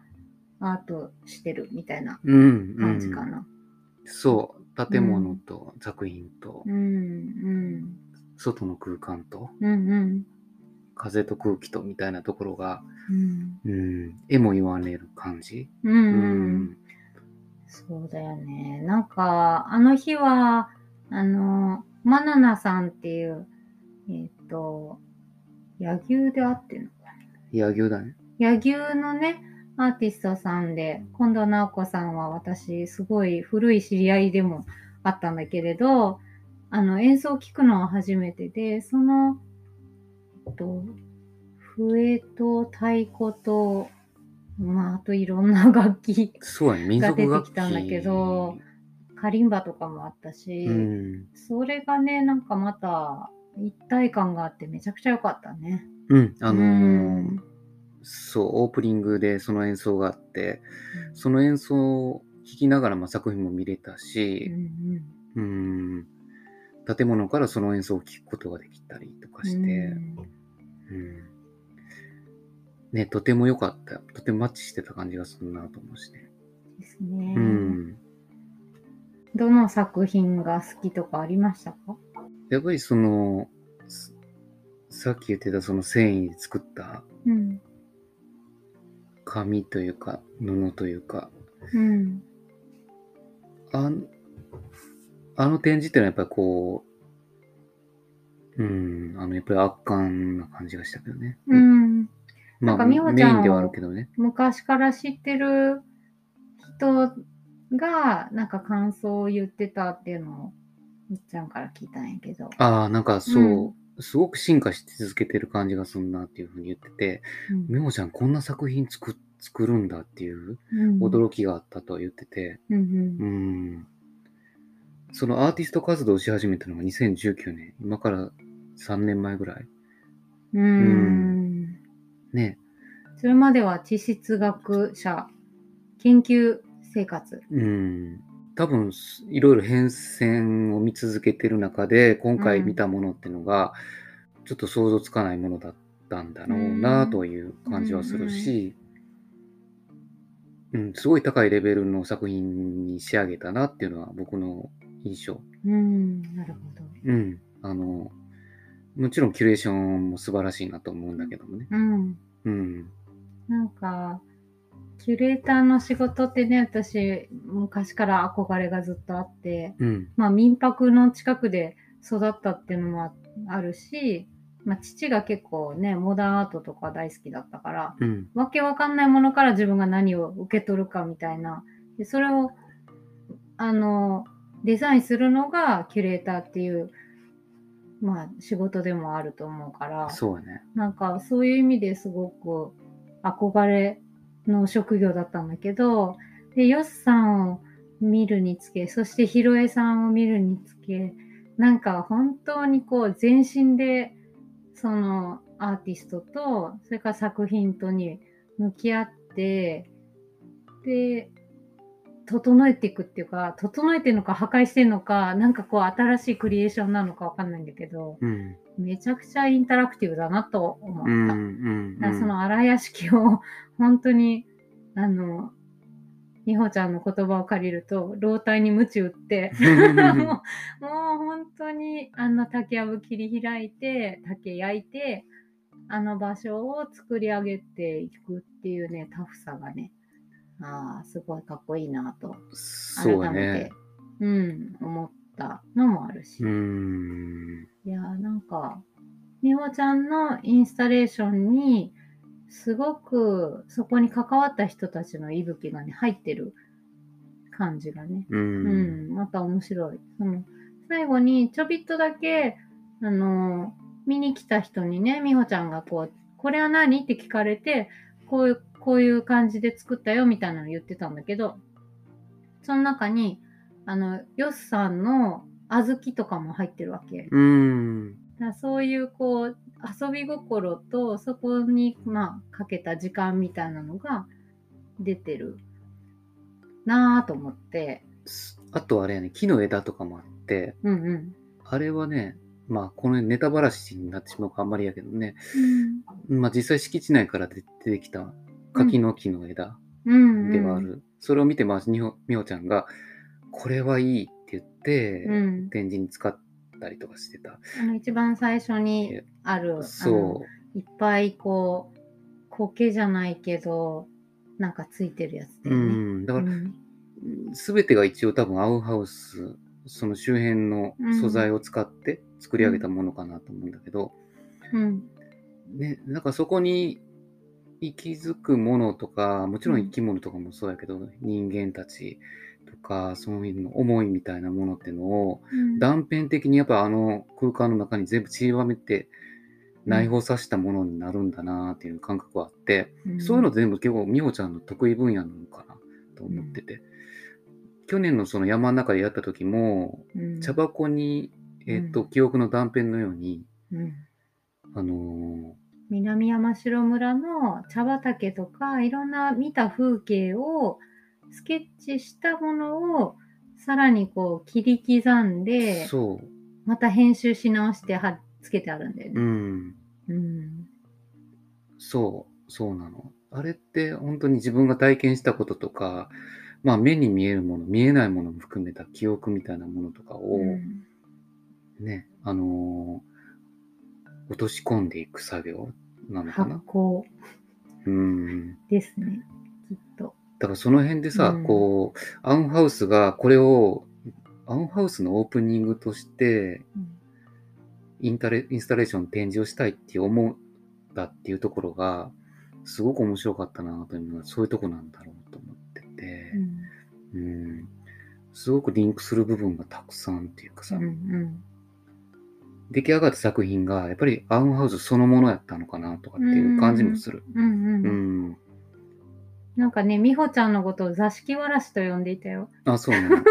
[SPEAKER 1] アートしてるみたいな
[SPEAKER 2] うん、う
[SPEAKER 1] 感じか
[SPEAKER 2] ん。
[SPEAKER 1] な。
[SPEAKER 2] そう。建物と作品と
[SPEAKER 1] う、ん
[SPEAKER 2] 外の空間と、
[SPEAKER 1] うんうんうん
[SPEAKER 2] 風と空気とみたいなところが、
[SPEAKER 1] うん
[SPEAKER 2] うん、絵も言われる感じ。
[SPEAKER 1] うん
[SPEAKER 2] う
[SPEAKER 1] うん。そうだよね。なんか、あの日は、あの、マナナさんっていう、えっ、と、柳生であってんのか
[SPEAKER 2] 柳生だね。
[SPEAKER 1] な。柳生のね、アーティストさんで、近藤直子さんは私、すごい古い知り合いでもあったんだけれど、あの、演奏を聴くのは初めてで、その、えっと、笛と太鼓と、まあ、あといろんな楽器
[SPEAKER 2] そうだね。民族
[SPEAKER 1] が
[SPEAKER 2] 楽
[SPEAKER 1] 出て
[SPEAKER 2] 器
[SPEAKER 1] きたんだけど、カリンバとかもあったし、
[SPEAKER 2] うん。
[SPEAKER 1] それがねなんかまた一体感があってめちゃくちゃ良かったね。
[SPEAKER 2] うん。あのー
[SPEAKER 1] うん
[SPEAKER 2] そう、オープニングでその演奏があって、その演奏を聴きながら、まあ、作品も見れた
[SPEAKER 1] うん
[SPEAKER 2] し、
[SPEAKER 1] うん
[SPEAKER 2] うん、建物からその演奏を聴くことができたりとかして、
[SPEAKER 1] うん
[SPEAKER 2] うんね、とても良かったよ。とてもマッチしてた感じがするなと思うしね。
[SPEAKER 1] ですね、
[SPEAKER 2] うん。
[SPEAKER 1] どの作品が好きとかありましたか
[SPEAKER 2] やっぱりその、すさっき言ってたその繊維で作った
[SPEAKER 1] うん
[SPEAKER 2] 紙というか、布というか、
[SPEAKER 1] うん
[SPEAKER 2] あんあの展示ってのはやっぱりこう、うん、あの、やっぱり圧巻な感じがしたけどね。
[SPEAKER 1] うん、な
[SPEAKER 2] ま
[SPEAKER 1] んか
[SPEAKER 2] あ、
[SPEAKER 1] 美穂
[SPEAKER 2] メ
[SPEAKER 1] ちゃ
[SPEAKER 2] イ
[SPEAKER 1] んを
[SPEAKER 2] ンではあるけどね。
[SPEAKER 1] 昔から知ってる人がなんか感想を言ってたっていうのをみっちゃんから聞いたんやけど。
[SPEAKER 2] ああ、なんかそう、すごく進化し続けてる感じがするなっていうふうに言ってて、
[SPEAKER 1] うん
[SPEAKER 2] 美穂ちゃんこんな作品作作るんだっていう
[SPEAKER 1] うん
[SPEAKER 2] 驚きがあったと言ってて、
[SPEAKER 1] うん
[SPEAKER 2] うん、そのアーティスト活動をし始めたのが2019年、今から3年前ぐらい。
[SPEAKER 1] うんうん
[SPEAKER 2] ね、
[SPEAKER 1] それまでは地質学者研究生活。
[SPEAKER 2] うん、多分すいろいろ変遷を見続けてる中で、今回見たものってのが、ちょっと想像つかないものだったんだろう
[SPEAKER 1] う
[SPEAKER 2] なんという感じはするし、うん、すごい高いレベルの作品に仕上げたなっていうのは僕の印象。
[SPEAKER 1] うん、なるほど。
[SPEAKER 2] うん、あの、もちろんキュレーションも素晴らしいなと思うんだけどもね。
[SPEAKER 1] うん。
[SPEAKER 2] うん。
[SPEAKER 1] なんか、キュレーターの仕事ってね、私、昔から憧れがずっとあって、
[SPEAKER 2] うん。
[SPEAKER 1] まあ、民泊の近くで育ったっていうのもああるし、まあ、父が結構ね、モダンアートとか大好きだったから、
[SPEAKER 2] うん。
[SPEAKER 1] わけわかんないものから自分が何を受け取るかみたいな。でそれを、あの、デザインするのがキュレーターっていう、まあ仕事でもあると思うから、
[SPEAKER 2] そうやね。
[SPEAKER 1] なんかそういう意味ですごく憧れの職業だったんだけど、で、ヨスさんを見るにつけ、そしてヒロエさんを見るにつけ、なんか本当にこう全身でそのアーティストと、それから作品とに向き合って、で、整えていくっていうか、整えてるのか破壊してるのか、なんかこう新しいクリエーションなのかわかんないんだけど、
[SPEAKER 2] うん。
[SPEAKER 1] めちゃくちゃインタラクティブだなと思っ
[SPEAKER 2] う
[SPEAKER 1] た。
[SPEAKER 2] ん。う
[SPEAKER 1] だ
[SPEAKER 2] ん。
[SPEAKER 1] からそ
[SPEAKER 2] うん
[SPEAKER 1] の荒屋敷を 本当に、あの、美穂ちゃんの言葉を借りると、老体に鞭打って、もう、 もう本当にあの竹やぶ切り開いて、竹焼いて、あの場所を作り上げていくっていうね、タフさがね、ああ、すごいかっこいいなと、改
[SPEAKER 2] そうや
[SPEAKER 1] めて、
[SPEAKER 2] ね。
[SPEAKER 1] うん、思ったのもあるし。
[SPEAKER 2] うん。
[SPEAKER 1] いやーなんか、みほちゃんのインスタレーションに、すごくそこに関わった人たちの息吹がね、入ってる感じがね。
[SPEAKER 2] う。
[SPEAKER 1] うんん、また面白い。その最後にちょびっとだけ、あのー見に来た人にね、みほちゃんがこう、これは何って聞かれて、こういう、こういう感じで作ったよみたいなの言ってたんだけど、その中に、あの、よっさんの小豆とかも入ってるわけ。
[SPEAKER 2] うーん。
[SPEAKER 1] だからそういうこう遊び心とそこに、まあ、かけた時間みたいなのが出てるなぁと思って、
[SPEAKER 2] すあとあれやね、木の枝とかもあって、
[SPEAKER 1] うんうん
[SPEAKER 2] あれはね、まあ、このネタばらしになってしまうかあんまりやけどね、
[SPEAKER 1] うん
[SPEAKER 2] まあ実際敷地内から出出てきた柿の木の枝
[SPEAKER 1] うんうん、
[SPEAKER 2] ではある。それを見て、まあ、にほみほちゃんが、これはいいって言って、
[SPEAKER 1] うん、
[SPEAKER 2] 展示に使ったりとかしてた。
[SPEAKER 1] あの一番最初にあるあの
[SPEAKER 2] そう。
[SPEAKER 1] いっぱいこう苔じゃないけどなんかついてるやつだ
[SPEAKER 2] う
[SPEAKER 1] よね。
[SPEAKER 2] ん、だ
[SPEAKER 1] う
[SPEAKER 2] から、
[SPEAKER 1] ん
[SPEAKER 2] すべてが一応多分アウハウス、その周辺の素材を使って作り上げたものかなと思うんだけど、
[SPEAKER 1] うん
[SPEAKER 2] ね、なんかそこに息づくものとか、もちろん生き物とかもそうやけど、人間たちとか、そういうの思いみたいなものっていうのを、
[SPEAKER 1] うん
[SPEAKER 2] 断片的にやっぱあの空間の中に全部散りばめて内包させたものになるんだなっていう感覚はあって、そういうの全部結構美穂ちゃんの得意分野なのかなと思ってて、去年のその山の中でやった時も
[SPEAKER 1] うん
[SPEAKER 2] 茶箱に、えっと
[SPEAKER 1] うん
[SPEAKER 2] 記憶の断片のように
[SPEAKER 1] うん
[SPEAKER 2] あのー
[SPEAKER 1] 南山城村の茶畑とかいろんな見た風景をスケッチしたものをさらにこう切り刻んで
[SPEAKER 2] そ
[SPEAKER 1] また編集し直してはつけてあるんだよ
[SPEAKER 2] うう
[SPEAKER 1] ね。
[SPEAKER 2] ん
[SPEAKER 1] うん
[SPEAKER 2] そうそうなのあれって本当に自分が体験したこととかまあ目に見えるもの見えないものも含めた記憶みたいなものとかを、
[SPEAKER 1] うん
[SPEAKER 2] ね、あのー落とし込んでいく作業なのか
[SPEAKER 1] 発
[SPEAKER 2] な。
[SPEAKER 1] 酵
[SPEAKER 2] うん。
[SPEAKER 1] ですねきっと。
[SPEAKER 2] だからその辺でさ、
[SPEAKER 1] うん
[SPEAKER 2] こう、アンハウスがこれを、アンハウスのオープニングとして
[SPEAKER 1] うん
[SPEAKER 2] インタレ、インスタレーション展示をしたいって思ったっていうところが、すごく面白かったなというのは、そういうとこなんだろうと思ってて
[SPEAKER 1] う、ん
[SPEAKER 2] うん。すごくリンクする部分がたくさんっていうかさ、
[SPEAKER 1] うんうん
[SPEAKER 2] 出来上がった作品が、やっぱりアウンハウスそのものやったのかなとかっていう感じもする。
[SPEAKER 1] うん
[SPEAKER 2] う
[SPEAKER 1] うん
[SPEAKER 2] ん。
[SPEAKER 1] なんかね美穂ちゃんのことを座敷わらしと呼んでいたよ。
[SPEAKER 2] あ、そうなの。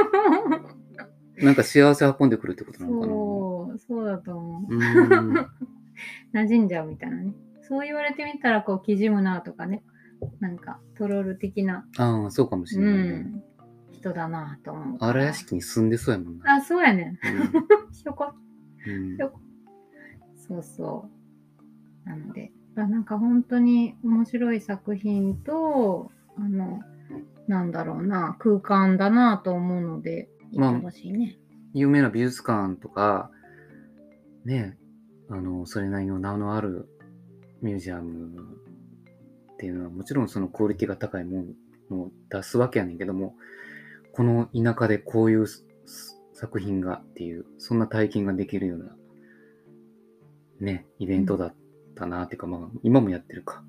[SPEAKER 2] なんか幸せ運んでくるってことなのかな。
[SPEAKER 1] そうそうだと思う。
[SPEAKER 2] うーん。
[SPEAKER 1] 馴染んじゃうみたいなね。そう言われてみたら、こう、きじむなとかね。なんか、トロール的な、
[SPEAKER 2] ああ、そうかもし
[SPEAKER 1] う
[SPEAKER 2] れないね。
[SPEAKER 1] ん、人だなと思う。
[SPEAKER 2] 荒屋敷に住んでそうやもんな。
[SPEAKER 1] あ、そうやね。
[SPEAKER 2] うん
[SPEAKER 1] ひょこ。
[SPEAKER 2] うん
[SPEAKER 1] よそうそう。なので、あなんか本当に面白い作品と、あの、なんだろうな、空間だなと思うので、
[SPEAKER 2] まあ
[SPEAKER 1] 行ってほしいね。
[SPEAKER 2] 有名な美術館とか、ね、あの、それなりの名のあるミュージアムっていうのは、もちろんそのクオリティが高いものを出すわけやねんけども、この田舎でこういうすす作品がっていう、そんな体験ができるような、ね、イベントだったなっていうか、まあ、今もやってるか。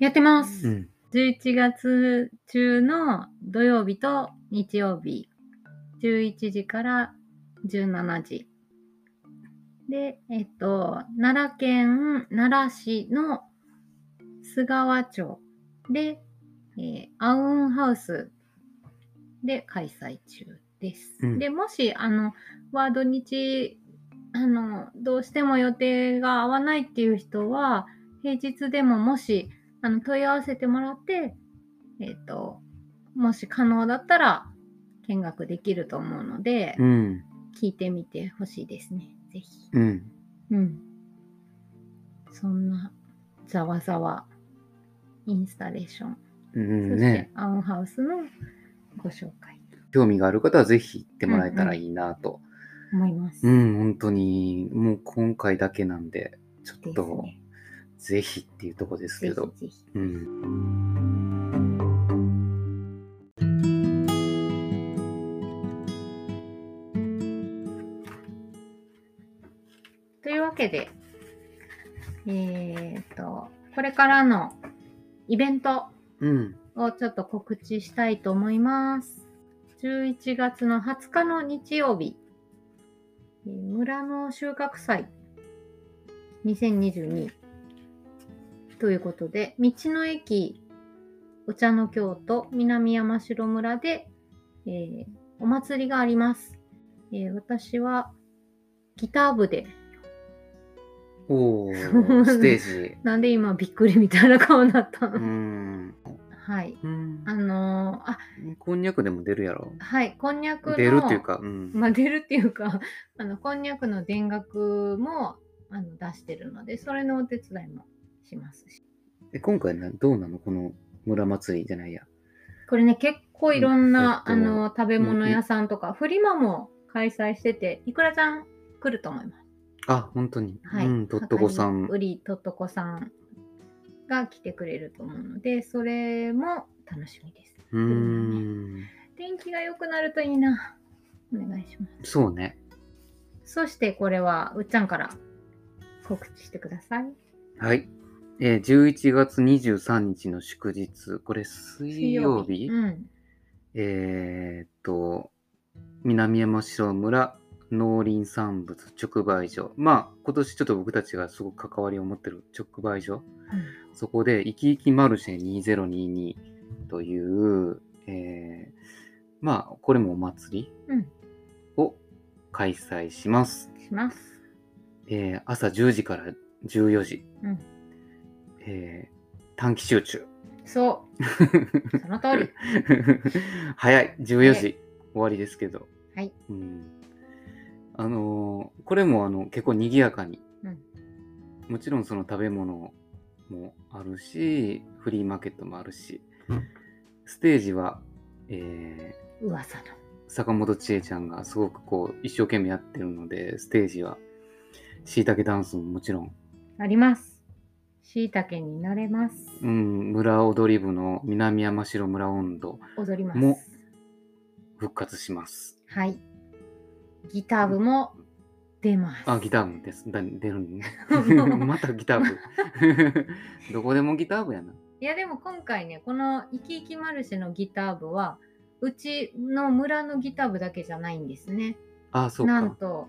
[SPEAKER 1] やってます。
[SPEAKER 2] うん。
[SPEAKER 1] 11月中の土曜日と日曜日11時から17時でえっと奈良県奈良市の菅川町で、えーアウンハウスで開催中です、
[SPEAKER 2] うん
[SPEAKER 1] でもしあのワード日あのどうしても予定が合わないっていう人は平日でももしあの問い合わせてもらって、えっともし可能だったら見学できると思うので、
[SPEAKER 2] うん。
[SPEAKER 1] 聞いてみてほしいですねぜひ、
[SPEAKER 2] うん。
[SPEAKER 1] うん、そんなざわざわインスタレーション、
[SPEAKER 2] うん
[SPEAKER 1] そして
[SPEAKER 2] ね、
[SPEAKER 1] アウンハウスのご紹介
[SPEAKER 2] 興味がある方はぜひ行ってもらえたらいいなと。
[SPEAKER 1] 思います、
[SPEAKER 2] うん、本当に、もう今回だけなんで、ちょっ
[SPEAKER 1] です
[SPEAKER 2] と、
[SPEAKER 1] ね
[SPEAKER 2] ぜひっていうとこです
[SPEAKER 1] ぜ
[SPEAKER 2] け
[SPEAKER 1] ひ
[SPEAKER 2] ど、
[SPEAKER 1] ぜひ
[SPEAKER 2] うん。
[SPEAKER 1] というわけで、えっと、これからのイベント
[SPEAKER 2] うん。
[SPEAKER 1] をちょっと告知したいと思います。11月の20日の日曜日、えー村の収穫祭2022ということで、道の駅お茶の京都南山城村でえーお祭りがあります。えー私はギター部で、
[SPEAKER 2] おお、 ステージ。
[SPEAKER 1] なんで今びっくりみたいな顔になった
[SPEAKER 2] うー
[SPEAKER 1] の、
[SPEAKER 2] ん。
[SPEAKER 1] はい。
[SPEAKER 2] うん
[SPEAKER 1] あのーあ、
[SPEAKER 2] こんにゃくでも出るやろ。
[SPEAKER 1] はい、こんにゃくの。
[SPEAKER 2] 出るっていうか、うん。
[SPEAKER 1] まあ、出るっていうか あのこんにゃくの田楽もあの出してるのでそれのお手伝いもしますし
[SPEAKER 2] え今回などうなのこの村祭りじゃないや。
[SPEAKER 1] これね結構いろんな、
[SPEAKER 2] うんえっと
[SPEAKER 1] あの食べ物屋さんとか、フリマも開催してていくらちゃん来ると思います。
[SPEAKER 2] あ、本当に。
[SPEAKER 1] はい、
[SPEAKER 2] うん、とっとこさん。
[SPEAKER 1] うりとっとこさんが来てくれると思うのでそれも楽しみです。
[SPEAKER 2] うーん。
[SPEAKER 1] 天気が良くなるといいな。お願いします。
[SPEAKER 2] そうね。
[SPEAKER 1] そしてこれはうっちゃんから告知してください。
[SPEAKER 2] はい。えー、11月23日の祝日、これ水曜日
[SPEAKER 1] うん。
[SPEAKER 2] えーっと、南山城村農林産物直売所。まあ、今年ちょっと僕たちがすごく関わりを持ってる直売所。
[SPEAKER 1] うん
[SPEAKER 2] そこで、いきいきマルシェ2022という、えーまあ、これもお祭
[SPEAKER 1] うん
[SPEAKER 2] りを開催します。
[SPEAKER 1] します。
[SPEAKER 2] えー朝10時から14時。
[SPEAKER 1] うん
[SPEAKER 2] えー短期集中。
[SPEAKER 1] そう。その通り。
[SPEAKER 2] 早い、14時
[SPEAKER 1] 早
[SPEAKER 2] 終わりですけど。
[SPEAKER 1] はい。
[SPEAKER 2] うん。あのーこれもあの結構賑やかに、
[SPEAKER 1] うん
[SPEAKER 2] もちろんその食べ物もあるし、フリーマーケットもあるし、ステージは、えー
[SPEAKER 1] 噂の。
[SPEAKER 2] 坂本千恵ちゃんがすごくこう一生懸命やってるので、ステージは、しいたけダンスももちろん、
[SPEAKER 1] あります。しいたけになれます。
[SPEAKER 2] うん、村踊り部の南山城村音頭
[SPEAKER 1] 踊りま
[SPEAKER 2] も
[SPEAKER 1] す。
[SPEAKER 2] 復活します。
[SPEAKER 1] はい。ギター部も出ます。。
[SPEAKER 2] あ、ギター部です。だ出るね またギター部。どこでもギター部やな。
[SPEAKER 1] いやでも今回ね、この生き生きマルシェのギター部は、うちの村のギター部だけじゃないんですね。
[SPEAKER 2] あ、そう
[SPEAKER 1] な
[SPEAKER 2] か。
[SPEAKER 1] んと、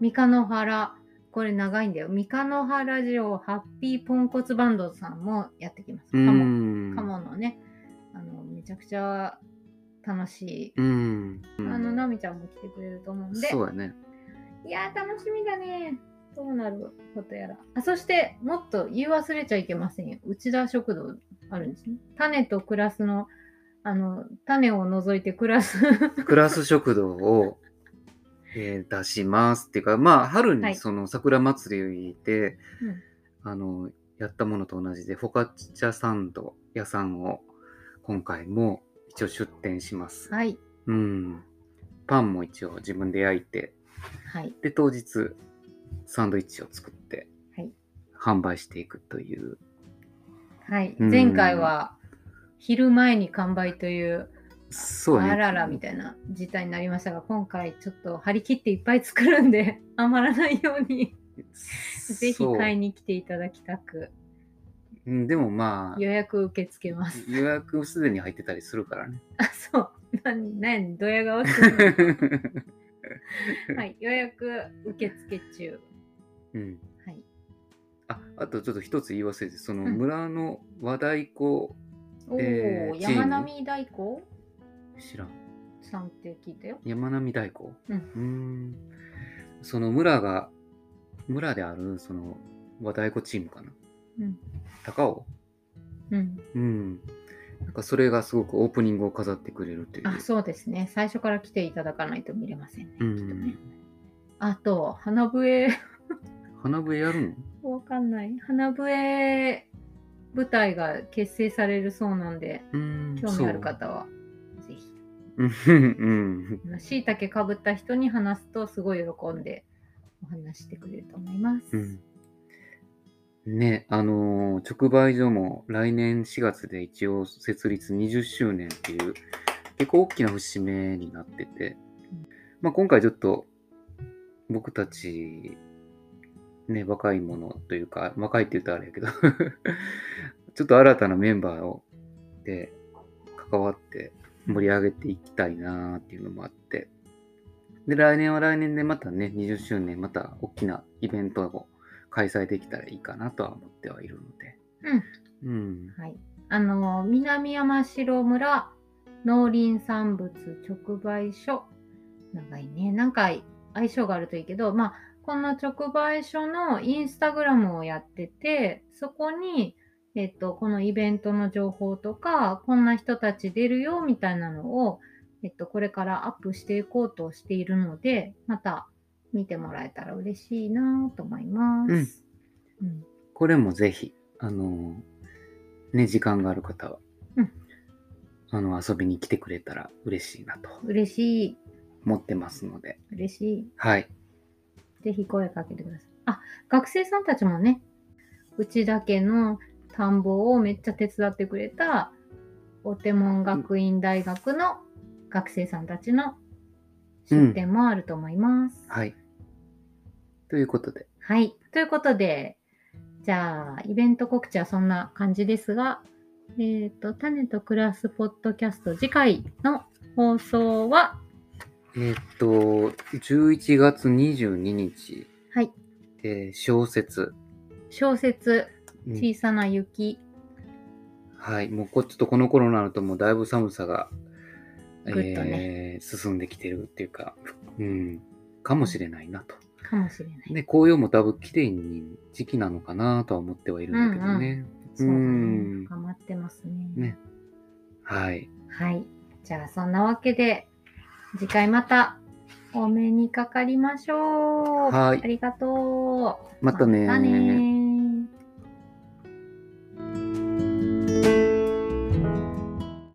[SPEAKER 1] 三日野原、これ長いんだよ。三日野原城ハッピーポンコツバンドさんもやってきます。
[SPEAKER 2] う
[SPEAKER 1] かも
[SPEAKER 2] ーん。
[SPEAKER 1] カモのね、あのめちゃくちゃ楽しい。
[SPEAKER 2] うーん。
[SPEAKER 1] あの、ナミちゃんも来てくれると思うんで、
[SPEAKER 2] そうやね。
[SPEAKER 1] いやー、楽しみだね。どうなることやら。あ、そして、もっと言い忘れちゃいけませんよ。内田食堂あるんですね。種とクラスの、あの、種を除いてクラス。
[SPEAKER 2] クラス食堂を、えー出しますっていうか、まあ、春
[SPEAKER 1] は
[SPEAKER 2] に
[SPEAKER 1] い
[SPEAKER 2] その桜祭りを入れて、
[SPEAKER 1] うん
[SPEAKER 2] あの、やったものと同じで、フォカッチャサンド屋さんを今回も一応出店します。
[SPEAKER 1] はい。
[SPEAKER 2] うん。パンも一応自分で焼いて、
[SPEAKER 1] はい。
[SPEAKER 2] で、当日、サンドイッチを作って、
[SPEAKER 1] はい
[SPEAKER 2] 販売していくという。
[SPEAKER 1] はい。
[SPEAKER 2] うん
[SPEAKER 1] 前回は、昼前に完売という、
[SPEAKER 2] そうね。
[SPEAKER 1] あららみたいな事態になりましたが、今回ちょっと張り切っていっぱい作るんで、余らないように。ぜひ
[SPEAKER 2] そう
[SPEAKER 1] 買いに来ていただきたく
[SPEAKER 2] うんでもまあ、
[SPEAKER 1] 予約受け付けます。
[SPEAKER 2] 予約すでに入ってたりするからね。
[SPEAKER 1] あそう。なんなんドヤ顔する はい。予約受付中。
[SPEAKER 2] うん。
[SPEAKER 1] はい。
[SPEAKER 2] あ、あとちょっと一つ言い忘れて、その
[SPEAKER 1] うん
[SPEAKER 2] 村の和太鼓、
[SPEAKER 1] おお、
[SPEAKER 2] えー
[SPEAKER 1] 山並大工
[SPEAKER 2] 知らん。
[SPEAKER 1] さんって聞いたよ。
[SPEAKER 2] 山並太鼓
[SPEAKER 1] うん
[SPEAKER 2] んその村が、村である、その和太鼓チームかな。
[SPEAKER 1] うん。
[SPEAKER 2] 高尾
[SPEAKER 1] うん。
[SPEAKER 2] うん。なんかそれがすごくオープニングを飾ってくれるという。
[SPEAKER 1] あ、そうですね。最初から来ていただかないと見れませんね。
[SPEAKER 2] う
[SPEAKER 1] きっとね
[SPEAKER 2] ん。
[SPEAKER 1] あと、花笛、
[SPEAKER 2] 花笛やるの
[SPEAKER 1] わかんない。花笛舞台が結成されるそうなんで、
[SPEAKER 2] うん
[SPEAKER 1] 興味ある方はぜひ。
[SPEAKER 2] そううん。
[SPEAKER 1] しいたけかぶった人に話すとすごい喜んでお話してくれると思います。
[SPEAKER 2] うん。ね、あのー直売所も来年4月で一応設立20周年っていう、結構大きな節目になってて、まあ今回ちょっと僕たち、ね、若いものというか、若いって言うとあれやけど、ちょっと新たなメンバーを、で、関わって盛り上げていきたいなーっていうのもあって、で、来年は来年でまたね、20周年、また大きなイベントを開催できたらいいかなとは思ってはいるので。うん。
[SPEAKER 1] はい、あの南山城村農林産物直売所。長いね。なんか相性があるといいけど、まあ、この直売所のインスタグラムをやってて、そこに、えっと、このイベントの情報とか、こんな人たち出るよみたいなのを、えっと、これからアップしていこうとしているので、また見てもらえたら嬉しいなと思います。うん。
[SPEAKER 2] これもぜひ、あのーね、時間がある方は、
[SPEAKER 1] うん
[SPEAKER 2] あの、遊びに来てくれたら嬉しいなと
[SPEAKER 1] 嬉しい。
[SPEAKER 2] 思ってますので、
[SPEAKER 1] 嬉しい。
[SPEAKER 2] はい。
[SPEAKER 1] ぜひ声かけてください。あ、学生さんたちもね、うちだけの田んぼをめっちゃ手伝ってくれた、お手門学院大学の学生さんたちの出展もあると思います。
[SPEAKER 2] はい。ということで、
[SPEAKER 1] はい。ということで、じゃあ、イベント告知はそんな感じですが、えっ、と、種と暮らすポッドキャスト次回の放送は、
[SPEAKER 2] えーっと、11月22日、
[SPEAKER 1] はい。
[SPEAKER 2] えー小説、
[SPEAKER 1] 小説、
[SPEAKER 2] うん
[SPEAKER 1] 小さな雪、
[SPEAKER 2] はい。もうこ、ちょっとこの頃になると、もうだいぶ寒さが、
[SPEAKER 1] ぐっと
[SPEAKER 2] えー進んできてるっていうか、うん、かもしれないなと。
[SPEAKER 1] かもしれない。
[SPEAKER 2] ね、紅葉もだいぶ綺麗に時期なのかなとは思ってはいるんだけどね。
[SPEAKER 1] そうだ
[SPEAKER 2] うん
[SPEAKER 1] ね。深まってますね。
[SPEAKER 2] ねはい。
[SPEAKER 1] はい。じゃあ、そんなわけで、次回またお目にかかりましょう。
[SPEAKER 2] はい
[SPEAKER 1] ありがとう。
[SPEAKER 2] またねー
[SPEAKER 1] またねー